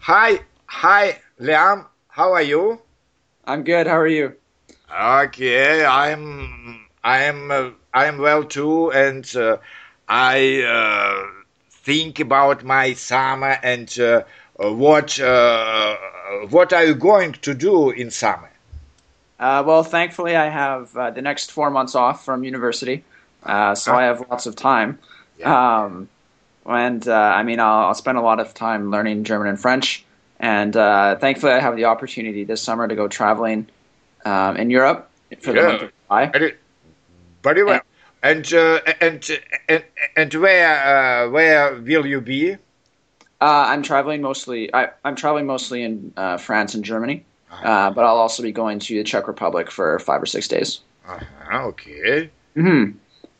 Hi, hi, Liam. How are you? I'm good. How are you? Okay, I'm, I'm, uh, I'm well too, and uh, I uh, think about my summer and uh, what, uh, what are you going to do in summer? Uh, well, thankfully, I have uh, the next four months off from university, uh, so Ah, I have lots of time. yeah. Um, and uh, I mean, I'll, I'll spend a lot of time learning German and French. And uh, thankfully, I have the opportunity this summer to go traveling um, in Europe for the month Yeah. of July. Very, very And well. And uh, and and and where uh, where will you be? uh, I'm traveling mostly. I, I'm traveling mostly in uh, France and Germany, Ah, uh, but I'll also be going to the Czech Republic for five or six days. uh okay. hmm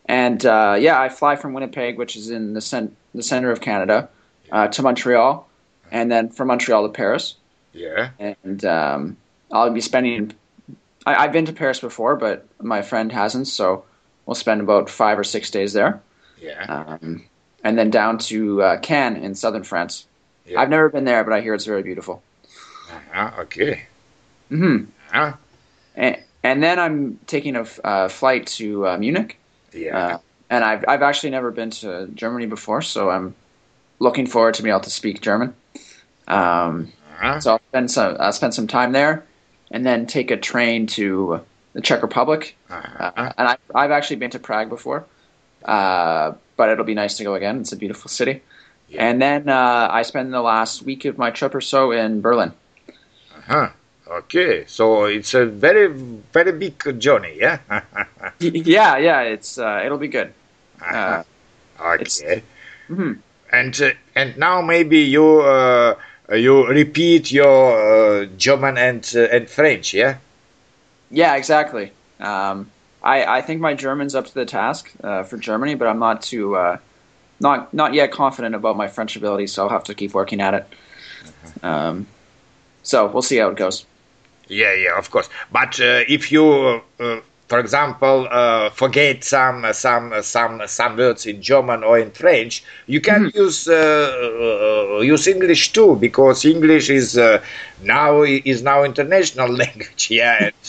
And uh, yeah, I fly from Winnipeg, which is in the, cen- the center of Canada, Yeah. uh, to Montreal, and then from Montreal to Paris. Yeah. And um, I'll be spending. I- I've been to Paris before, but my friend hasn't, so we'll spend about five or six days there, Yeah. um, and then down to uh, Cannes in southern France. Yeah. I've never been there, but I hear it's very beautiful. uh okay. hmm uh And, and then I'm taking a f- uh, flight to uh, Munich, Yeah. uh, and I've I've actually never been to Germany before, so I'm looking forward to being able to speak German. Um, uh so I'll spend some I'll spend some time there, and then take a train to the Czech Republic. Uh, uh and I, I've actually been to Prague before, uh, but it'll be nice to go again. It's a beautiful city. Yeah. And then uh, I spend the last week of my trip or so in Berlin. uh Okay. So it's a very, very big journey, yeah? uh Y- Yeah, yeah, it's uh, it'll be good. Uh, it's Okay. mhm. And uh, and now maybe you uh, you repeat your uh, German and uh, and French, yeah? yeah, exactly. Um, I I think my German's up to the task uh, for Germany, but I'm not too uh, not not yet confident about my French ability, so I'll have to keep working at it. Um, so we'll see how it goes. Yeah, yeah, of course. But uh, if you, uh, uh, for example, uh, forget some some some some words in German or in French, you can Mhm. use uh, uh, use English too because English is uh, now is now international language. Yeah, and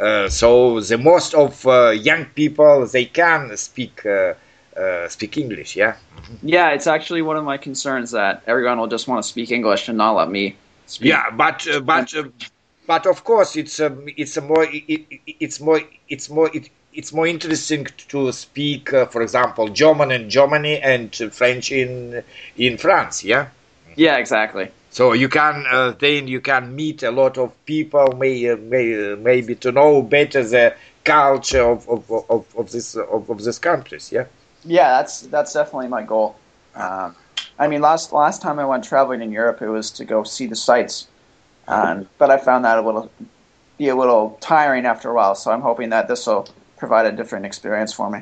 uh, so the most of uh, young people they can speak uh, uh, speak English. Yeah. Yeah, it's actually one of my concerns that everyone will just want to speak English and not let me speak. Yeah, but uh, German. but uh, but of course, it's um, it's a more i i it's more it's more it, it's more interesting to speak, uh, for example, German in Germany and uh, French in in France. Yeah, Yeah, exactly. so you can uh, then you can meet a lot of people, may, uh, may uh, maybe to know better the culture of of, of, of this of, of these countries. Yeah. Yeah, that's that's definitely my goal. Um, I mean, last last time I went traveling in Europe, it was to go see the sights, um, but I found that a little be a little tiring after a while. So I'm hoping that this will provide a different experience for me.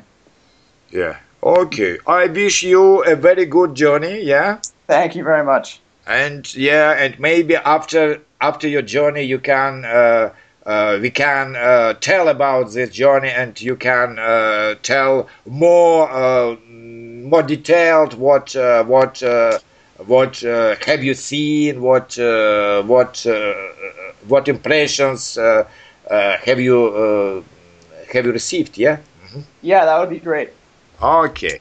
Yeah. Okay. I wish you a very good journey. Yeah. Thank you very much. And yeah, and maybe after after your journey, you can uh, uh, we can uh, tell about this journey, and you can uh, tell more uh, more detailed what uh, what uh, what uh, have you seen, what uh, what uh, what impressions uh, uh, have you uh, have you received? Yeah. Yeah, that would be great. Okay.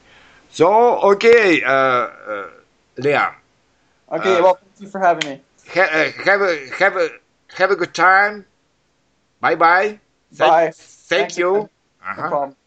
So okay, uh, uh, Liam. Okay, Uh, well, thank you for having me. Ha- uh, have a have a have a good time. Bye bye. Thank Bye. thank Thanks again. you. No Uh-huh. problem.